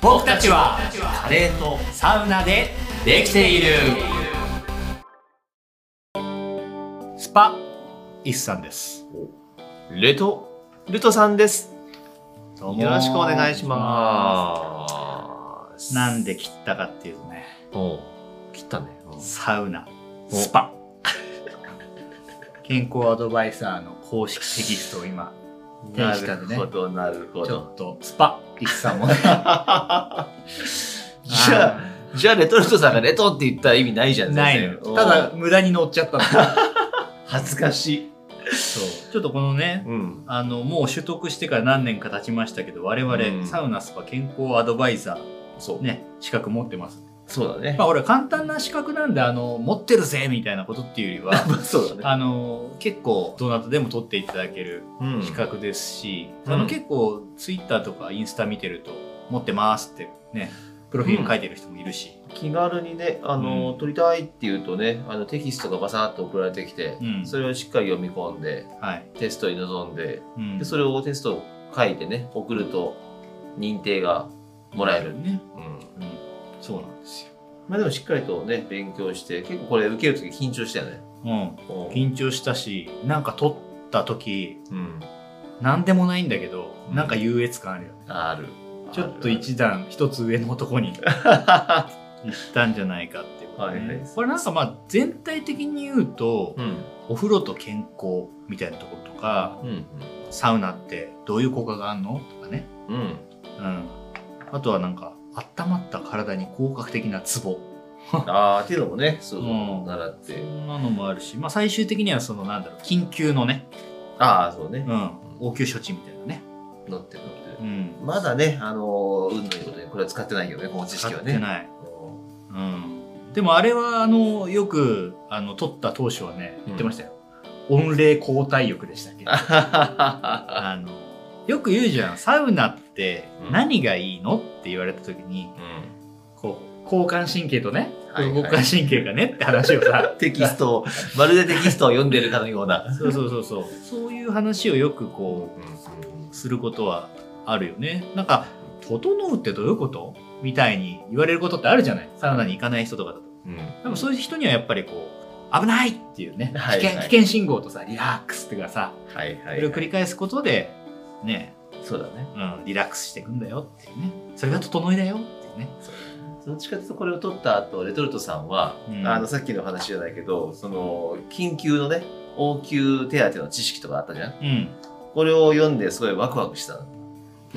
僕たちはカレーとサウナでできているスパイスさんですレト、ルトさんです。どようもろしくお願いします。なんで切ったかっていうとねおう切ったね。うんサウナおスパ 健康アドバイザーの公式テキストを今手になしたんでねるほど、なるほちょど。っとスパイスさんもね じゃあ、じゃあレトルトさんがレトって言ったら意味ないじゃ ん。ない全の然た、だおう無駄に乗っちゃ ったんだ恥ずかしい。そうちょっとこのねうん。あのもう取得してから何年か経ちましたけど我々、うんサウナスパ健康アドバイザそーう。ね資格持ってますそうだねま。あ俺は簡単な資格なんであの持ってるぜみたいなことっていうより はそうだね。あの結構どなたでも取っていただけるうん資格ですし、うんあうのん結構ツイッターとかインスタ見てると持ってますってねプロフィール書いてる人もいるし、気軽にね、あの、うん取りたいっていうとね、あのテキストがバサッと送られてきて、うんそれをしっかり読み込んで、はい、テストに臨んで、うんでそれをテストを書いてね送ると認定がもらえる、ね、うんうん、そうなんですよ、まあ、でもしっかりとね勉強して結構これ受ける時緊張したよねうん、おう緊張したしなんか取った時うん何でもないんだけど、うんなんか優越感あるよねあるちょっと一段一つ上の男 に行ったんじゃないかっていうことね、はいはいこれなんかまあ全体的に言うと、うんお風呂と健康みたいなところとかうんサウナってどういう効果があるのとかね、うんうんうん、あとはなんか温まった体に効果的なツボああっていうのもねそううん習っそてんなのもあるし、まあ、最終的にはそのなんだろう緊急のね、ああそうねうん、応急処置みたいなね、乗ってる乗ってるうん、まだねあのー運のいいことにこれは使ってないよねこの知識使はってねない、うん、でもあれはあのよくあの取った当初はね言ってましたよ、温冷交代浴でしたっ けうあのよく言うじゃんサウナってうん何がいいのって言われた時にんこう交感神経とねはいはい副交感神経がねって話をさ テキストをまるでテキストを読んでるかのような、そうそうそうそうそういう話をよくこうすることはあるよねなんか「整うってどういうこと?」みたいに言われることってあるじゃないサウナに行かない人とかだと。うんでもそういう人にはやっぱりこう危ないっていうね危はい険,、はい危険信号とさリラックスっていうかさはいはい、そはい、れを繰り返すことでね、そうだねうん、リラックスしていくんだよっていうねそれが整いだよっていうねどっちかというとこれを取った後レトルトさんは、うんあのさっきの話じゃないけどその緊急のね応急手当の知識とかあったじゃんうんこれを読んですごいワクワクした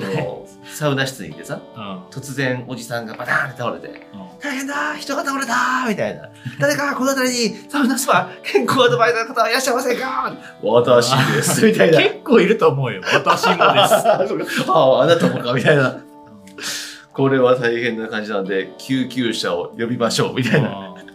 のこのサウナ室にいてさうん突然おじさんがバターンって倒れてうん「大変だ人が倒れた!」みたいな「誰かこの辺りにサウナスパ健康アドバイザーの方はいらっしゃいませんか?」私です」みたいな 結構いると思うよ私もですあ ああなたもかみたいなこれは大変な感じなんで救急車を呼びましょうみたいなうん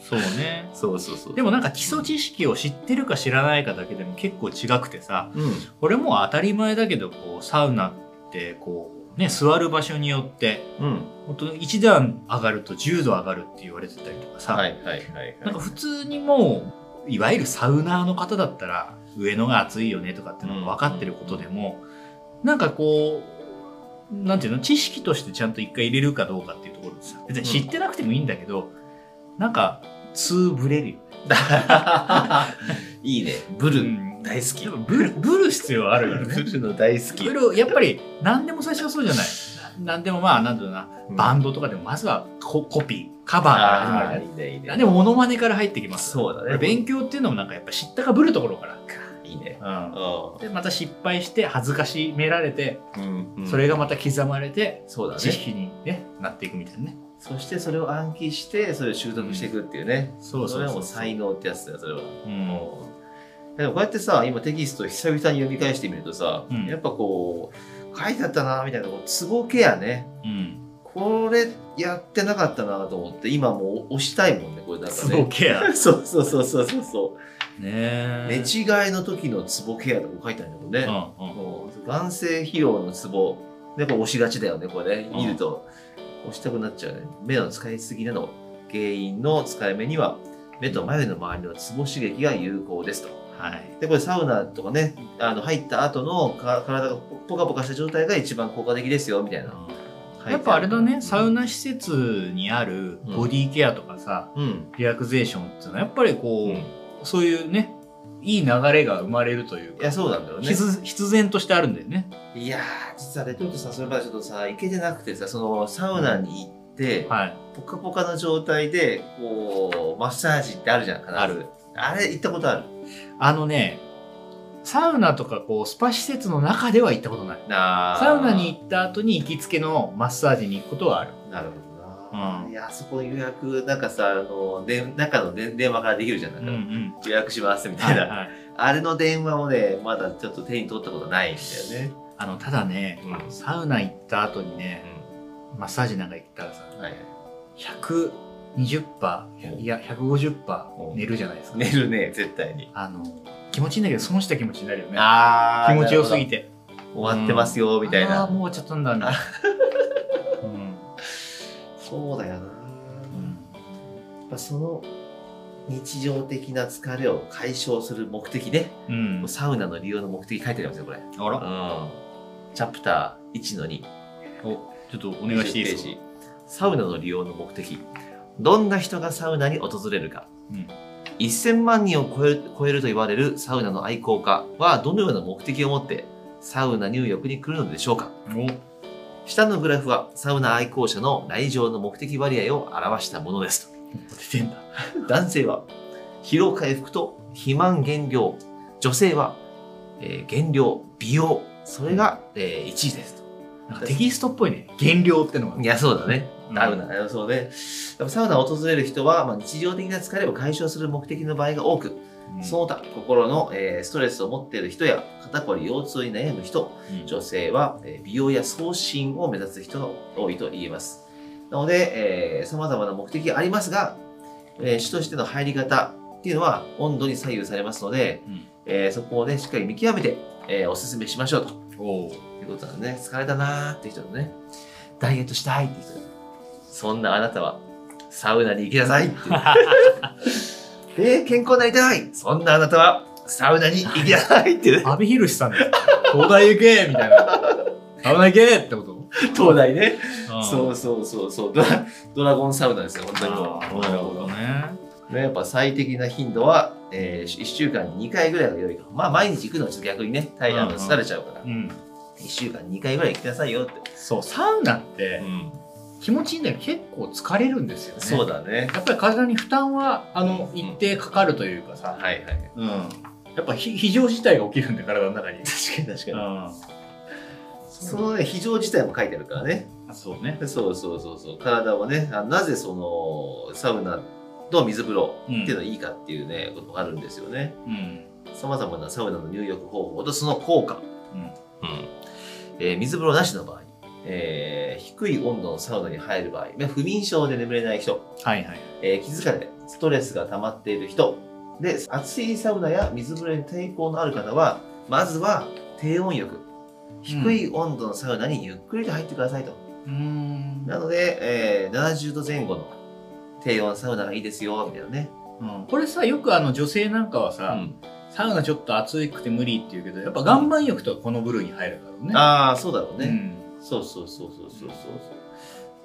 そうねそうそうそうでもなんか基礎知識を知ってるか知らないかだけでも結構違くてさうんこれもう当たり前だけどこうサウナってこうね座る場所によってうん本当に1段上がると10度上がるって言われてたりとかさ、はいはいはいなんかはい普通にもういわゆるサウナーの方だったら上野が暑いよねとかってのが分かってることでも、なんかこうなんていうの知識としてちゃんと一回入れるかどうかっていうところでさ別に知ってなくてもいいんだけど、なんか通ぶれるよね、 いいねブル、大好きやっぱブルブル必要あるよブねルの大好きブルやっぱり何でも最初はそうじゃないな何でもまあなんだろうなバンドとかでもまずはココピーカバーから始まるじゃなあいーいいねいいねでもモノマネから入ってきますそうだね勉強っていうのもなんかやっぱ知ったかぶるところから、いいねでまた失敗して恥ずかしめられて、うん、うん、それがまた刻まれてそうだ知ね識に、ね、なっていくみたいなねそしてそれを暗記してそれを習得していくっていうね、そそれはもう才能ってやつだよそれはうんでもこうやってさ今テキストを久々に読み返してみるとさ、うんやっぱこう書いてあったなみたいなこうツボケやねうんこれやってなかったなと思って今もう押したいもんねこれなんかツボねケアねそうそうそうそうそうそえ う寝違いの時のツボケアとか書いてあるんだもんねうん、うんうん眼性疲労のツボやっぱ押しがちだよねこれねうん見ると押したくなっちゃうね目の使いすぎなど原因の使い目には目と眉の周りのツボ刺激が有効ですとはいでこれサウナとかねあの入った後のか体がポカポカした状態が一番効果的ですよみたいなはいやっぱあれだね、サウナ施設にあるボディケアとかさ、うん、リラクゼーションっていうのは、やっぱりこう、うんいそういうね、いい流れが生まれるというか、やそうなんだよね必必然としてあるんだよね。いやー実はねちょっとさそれまでちょっとさ行けてなくてさそのサウナに行って、はい。ポカポカの状態でこうマッサージってあるじゃん必ずあるあれ行ったことあるあのね、サウナとかこう、スパ施設の中では行ったことない。なあサウナに行った後に行きつけのマッサージに行くことはある。なるほどな、うんいやあそこの予約なんかさあので中ので電話からできるじゃんなんか、ん。予約しますみたはいいな、はい。あれの電話もねまだちょっと手に取ったことないんだよね、あの、ただね、うんサウナ行った後にね、マッサージなんか行ったらさ、はいはい120%、いや、150%寝るじゃないですか。寝るね絶対にあの、気持ちいいんだけど、損した気持ちになるよね。あ気持ちよすぎてて。終わってますよ、みたいあーなもう終わっちゃったんだ、みたいな。うんそうだよな、うんやっぱその日常的な疲れを解消する目的ね、うんサウナの利用の目的書いてありますよこれ、うん、あら、チャプター1の2おちょっとお願いしていいです20かページサウナの利用の目的どんな人がサウナに訪れるか、うん1000万人を超える超えると言われるサウナの愛好家はどのような目的を持ってサウナ入浴に来るのでしょうか下のグラフはサウナ愛好者の来場の目的割合を表したものですお出てんだ男性は疲労回復と肥満減量女性は、えー減量美容それが、えー1位ですなんかテキストっぽいね減量ってのがいやそうだねうんサウナ、そうねやっぱサウナを訪れる人は、まあ、日常的な疲れを解消する目的の場合が多く、うんその他心の、えーストレスを持っている人や肩こり腰痛に悩む人うん女性は、えー美容や送信を目指す人が多いと言えます。なので、さまざまな目的がありますが、えー主としての入り方っていうのは温度に左右されますので、うんえーそこをね、しっかり見極めて、えーおすすめしましょうとおういうことなんでね、疲れたなーって人とね、ダイエットしたいって人、そんなあなたはサウナに行きな さいっていう。で、健康になりたいそんなあなたはサウナに行きなさいっていうね、阿部寛 さんです東大行けみたいな危ないけってこと 東大ね。そううそうそうそうドラドラゴンサウナですよ本当にもうなるほどねねやっぱ最適な頻度は、え1週間に2回ぐらいが良いとまあ毎日行くのはちょっと逆にね体うん力うん疲れちゃうから、うん1週間に2回ぐらい行きなさいよって、そうサウナって気持ちいいんだけど結構疲れるんですよねそうだだねやっぱり体に負担はあのうん一定かかるというかさ、はいはいうんやっぱ非非常事態が起きるんで体の中に確かに確かうにそのね非常事態も書いてあるからねんそうねそうそうそうそう体はねあなぜそのサウナと水風呂っていうのはいいかっていうね、ことがあるんですよねうんさまざまなサウナの入浴方法とその効果うんえー水風呂なしの場合、えー低い温度のサウナに入る場合、まあ不眠症で眠れない人、はいはいえー気疲れ、ストレスが溜まっている人、で、熱いサウナや水風呂に抵抗のある方は、まずは低温浴、低い温度のサウナにゆっくりと入ってくださいと。うーんなので、えー70度前後の低温サウナがいいですよ、みたいなね。うんこれさよくあの女性なんかはさ、サウナちょっと暑くて無理って言うけどやっぱ岩盤浴とかこの部類に入るんだろうねああ、そうだろうね。うんそうそうそうそうそうそうそ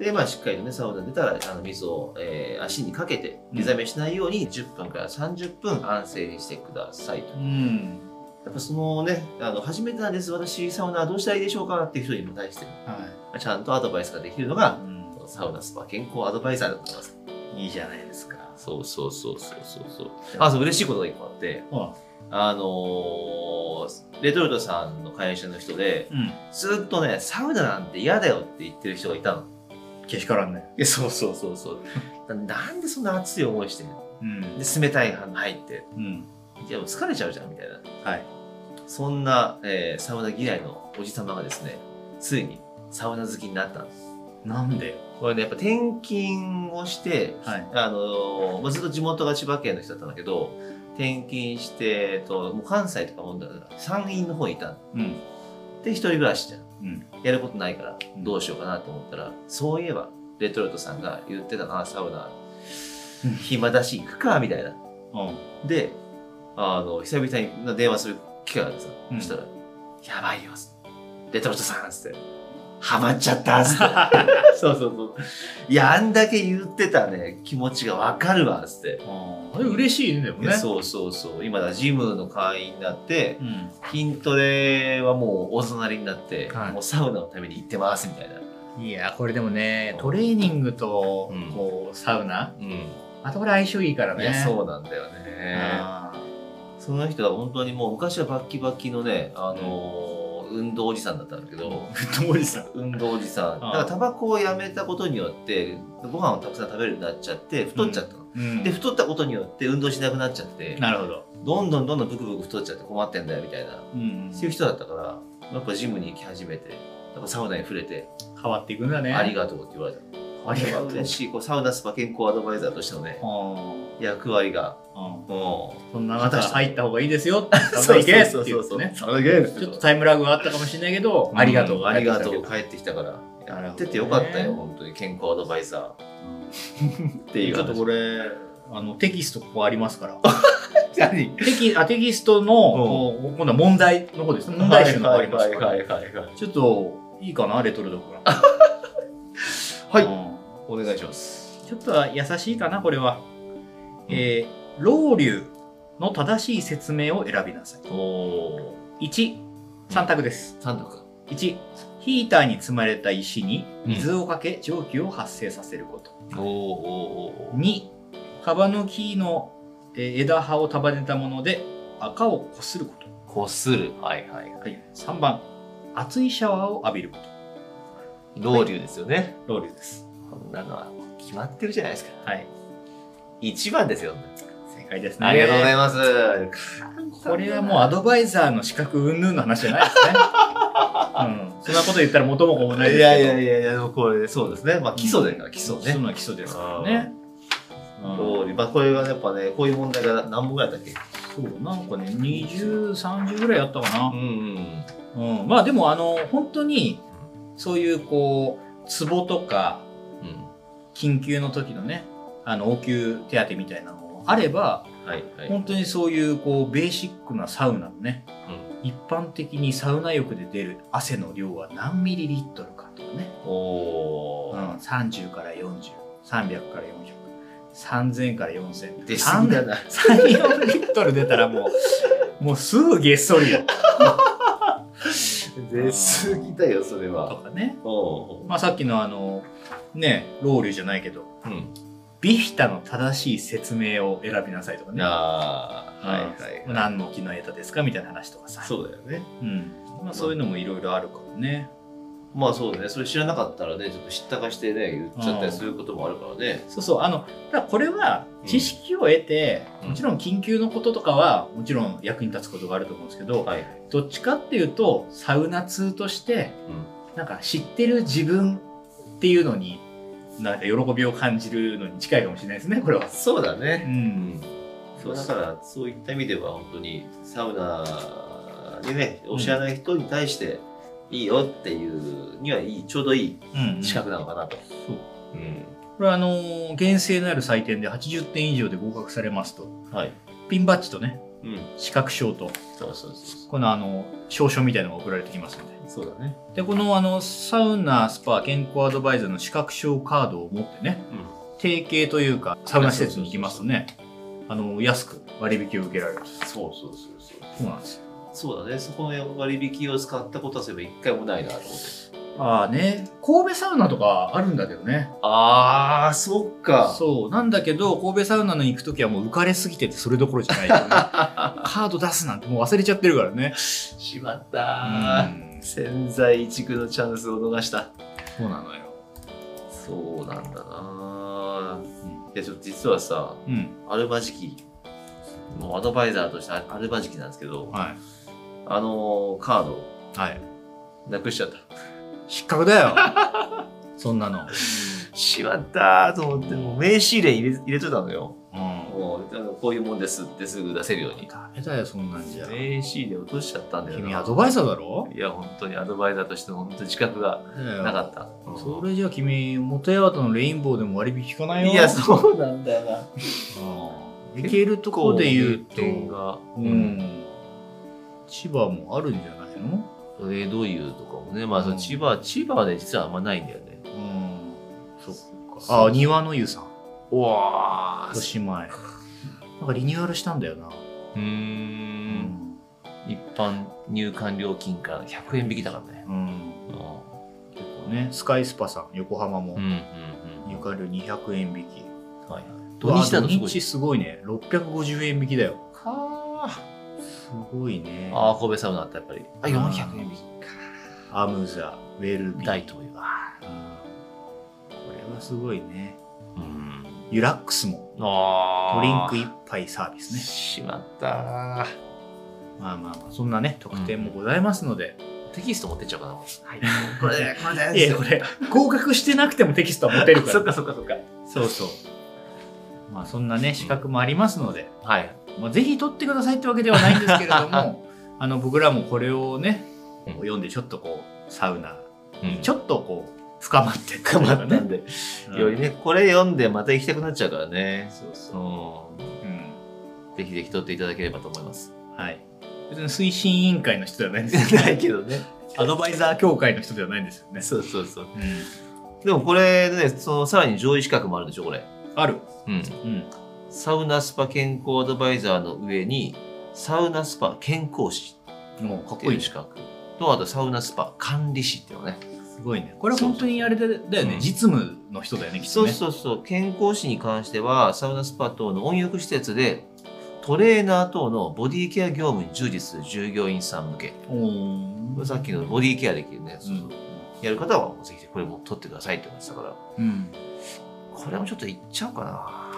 う。で、まあ、しっかりとね、サウナ出たら、あの水を、えー足にかけて、うん目覚めしないように10分から30分安静にしてくださいと。うんやっぱそのね、あの、初めてなんです、私、サウナどうしたらいいでしょうかっていう人にも対して、はちゃんとアドバイスができるのいが、サウナスパ健康アドバイザーだと思います。いいじゃないですかそうそうそうそうそうそう。あ、そう、嬉しいことが一個あって、ああのーレトルトさんの会社の人で、うんずっとね、サウナなんて嫌だよって言ってる人がいたの。けしからんねいやそうそうそうそう ななんでそんな熱い思いしてんのうんで冷たい反応入ってうんいやもう疲れちゃうじゃんみたいなはいそんな、えーサウナ嫌いのおじさまがですねついにサウナ好きになったんですなんでこれねやっぱ転勤をしてはいあのーまあずっと地元が千葉県の人だったんだけど転勤して、えっと、もう関西とかもんだから山陰の方にいたのうんで一人暮らしじゃんうんやることないからうんどうしようかなと思ったら、そういえばレトルトさんが言ってたなサウナうん暇だし行くかみたいなうんであの久々に電話する機会があってさ、うんそしたら「やばいよレトルトさん」っつって「ハマっちゃったっ つって。そうそうそう。いや、あんだけ言ってたね、気持ちがわかるわっつって。あれ嬉しいねでもねそうそうそう。今だ、ジムの会員になって、う、ん、筋トレはもう大隣になって、はいもうサウナのために行ってますみたいな。いやこれでもねトレーニングとうんこうサウナうん。またこれ相性いいからねいや、うそうなんだよね。その人は本当にもう昔はバッキバキのね、あのー運動おじさんだったんだけど、当時さ運動おじさん。だああからタバコをやめたことによって、ご飯をたくさん食べるようになっちゃって、太っちゃったの。んで、太ったことによって運動しなくなっちゃって、なるほど、どんどんどんどんブクブク太っちゃって困ってんだよみたいな。うんそういう人だったから、やっぱジムに行き始めて、やっぱサウナに触れて、変わっていくんだねありがとうって言われた。ありがとう嬉しい、こうサウナスパ健康アドバイザーとしてのね、う役割が、んうんもそんな中入った方がいいですよって言ったらいけって言ってねサウナ行けちょっとタイムラグはあったかもしれないけど、ありがとう、ありがと帰っう、てき帰ってきたから。なるやっほどねててよかったよ、本当に健康アドバイザーっていうたちょっとこ話。れ、あの、テキストここありますから。何テキあテキストの、こう今度は問題の方ですね。問題集の方ありますから。はいはいはいはいはい。ちょっと、いいかな、レトルト君。はうい、んお願いします。ちょっとは優しいかな、これは。うんえー、老流の正しい説明を選びなさい。おお。 1、3択です。三択か。 1ヒーターに積まれた石に水をかけ蒸気を発生させること、おーおーおー2カバの木のえー枝葉を束ねたもので赤をこすること、こする。はいはいは。はいい、3番熱いシャワーを浴びること老流ですよね。ロウリュですこんなのは決まってるじゃないですか。はい一番ですよ。正解ですねありがとうございまます。すこれはもうアドバイザーの資格云々の話じゃないですね、うん、そんなこと言ったら元も子もないですいけどやいやいやいや、でもこれそうですね。まあ基礎だから基礎基礎ね。の基礎ですからねうん老流まあこれはやっぱね、こういう問題が何本ぐらいだったっけそうなんかね2030ぐらいあったかな、んうん。うん、まあでもあの本当にそういうこうツボとか緊急の時のねあの応急手当みたいなのがあればはいはい。本当にそういうこうベーシックなサウナのね一般的にサウナ浴で出る汗の量は何ミリリットルかとかね、おうお。ん、30から40300から4003000から4000で死んだな。 34リットル出たらもうもうすぐげっそりよ出過ぎだよ、それとは。かね、おーまあ、さっきのあのねロウリュじゃないけどうん。ビヒタの正しい説明を選びなさいとかね。ああ、はいはいはい。何の木の枝ですかみたいな話とかさ。そうだよね。うん。まあそういうのもいろいろあるからね。まあそうだね、それ知らなかったらね、ちょっと知ったかしてね、言っちゃったりすることもあるからね。そうそう。あの、ただこれは知識を得て、うんもちろん緊急のこととかは、もちろん役に立つことがあると思うんですけど、はい。どっちかっていうと、サウナ通として、なんか知ってる自分っていうのに、なんか喜びを感じるのに近いかもしれないですね、これは。そうだう。ね。うんん。そうだから、そういった意味では、本当にサウナでね、お知らない人に対して、いいよっていうにはいい、ちょうどいうん、い資格なのかなと。そううん。これはあのー厳正なる採点で80点以上で合格されますとはい。ピンバッジとねうん。資格証とそうそうそこのあの証書みたいなのが送られてきますのでう。そうだね。でこのあのサウナスパ健康アドバイザーの資格証カードを持ってねうん。提携というかサウナ施設に行きますとねあの安く割引を受けられるそうそうそうそう。そうなんですよそうだね、そこの割引を使ったことはすれば一回もないなと思って。ああね神戸サウナとかあるんだけどねああ、そっか。そうなんだけど神戸サウナに行く時はもう浮かれすぎててそれどころじゃない よねカード出すなんてもう忘れちゃってるからねしまったー。うん潜在移築のチャンスを逃したそうなのよ。そうなんだなぁいやちょっと実はさうん。アルバ時期もうアドバイザーとしてアルバ時期なんですけどはあのーカードい。はい。なくしちゃった失格だよ。 そんなの。しまったーと思ってもう名刺入れ入れ入れといたのようん。もうあのこういうもんですってすぐ出せるようにダメだよ、そんなんじゃ。名刺入れ落としちゃったんだよな君アドバイザーだろいや本当にアドバイザーとしての本当に自覚がなかっったそれじゃ君、元八幡のレインボーでも割引引かないよ。いやそうなんだよなうん。行けるとこで言う欠点と、がうん。千葉もあるんじゃないのえー、どういうとかもね、まあ、そううん千葉、千葉はね、実はあんまないんだよね。うん。そっそうか。あ、庭の湯さん。うわ豊島へ。なんかリニューアルしたんだよな。うー。うんん。一般入館料金から100円引きだからね。うん。うん。結構ね、スカイスパさん、横浜もうん。うん。入館料200円引き。うん。はい。土日だとすごうわ土日い。すごいね。650円引きだよ。かーすごいね。ああ、神戸サウナあった、やっぱり。あ、400円引きアムザ、ウェルビー。大東洋。うんこれはすごいね。うん。ユラックスもあドリンあ。クンク1杯サービスね。しまった。まあまあまあ、そんなね、特典もございますので。テキスト持ってっちゃおうかな。はい。これで、これいで。や、これ、合格してなくてもテキストは持てるから。そっかそっかそっか。そうそう。まあそんなね、資格もありますので、はい。まあ、ぜひ取ってくださいってわけではないんですけれど も、あの僕らもこれをね、うん読んでちょっとこう、サウナにちちょょっっとこう、深まってと待ったんね。で。うんよりね、これ読んでまた行きたくなっちゃうからね。そうそう。ううん。ん。ぜひぜひ撮っていただければと思います。はい。別に推進委員会の人ではないんですよ ないけど ね。アドバイザー協会の人ではないんですよね。そうそうそう。うん。でもこれね、そのさらに上位資格もあるでしょ、これ。ある。うん。うん。サウナスパ健康アドバイザーの上に、サウナスパ健康士もうかっってこいいういし資。格と、あとサウナスパ管理士っていうのね。すごいね。これは本当にあれだだよね、うん実務の人だよね、きっそとうね。そうそう。健康士に関しては、サウナスパ等の温浴施設で、トレーナー等のボディケア業務に従事する従業員さん向け。おーさっきのボディケアできるね、うそうんやる方はぜひこれも取ってくださいって思ってたから、うん。これもちょっといっちゃおうか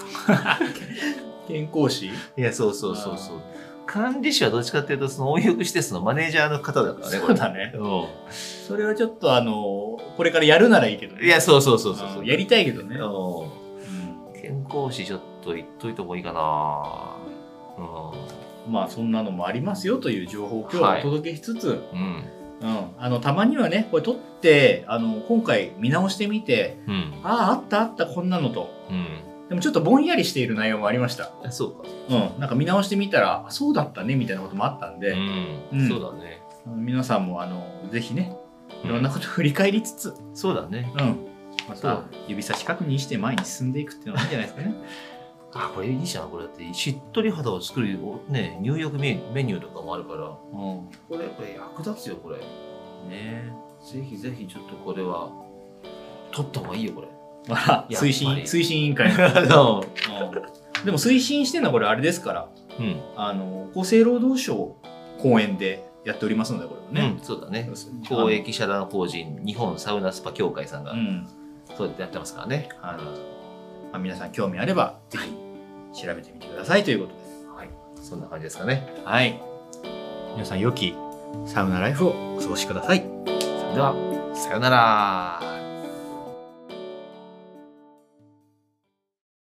健康士な。いや、そうそうそうそう。管理士はどっちかっていうと、その温浴施設のマネージャーの方だからね、そこうれ。だね。うそれはちょっとあの、これからやるならいいけどんね。いや、そうそうそうそうあそのう。やりたいけどね。ううんん健康士ちょっと言っといた方がいいかな。まあそんなのもありますよという情報を今日はお届けしつつ、うん。ううん。ん、あのたまにはねこれ撮ってあの今回見直してみてうん。あああったあったこんなのとうん。でもちょっとぼんやりしている内容もありました、あそうか。うん、なんか見直してみたらあそうだったねみたいなこともあったんで、う。うんんそうだね。あの皆さんもあのぜひねいろんなうことを振り返りつつ、そうだね。うん、まそうた指差し確認して前に進んでいくっていうのがいいんじゃないですかね。 あ、これいいじゃん。これだって、しっとり肌を作る、ね、入浴メメニューとかもあるから。うこれやっぱり役立つよこれぜん、ねひぜひちょっとこれは取った方がいいよこれまあやっぱり推進推進委員会の あのうんでも推進してるのはこれあれですからうん、あの厚生労働省公演でやっておりますのでこれはねう、ん、そうだねそうです公益社団法人日本サウナスパ協会さんが、うんそうやってやってますからねあのまあ、皆さん興味あればぜひ調べてみてくださいということですはいそんな感じですかねはい皆さん良きサウナライフをお過ごしくださいそれではさようなら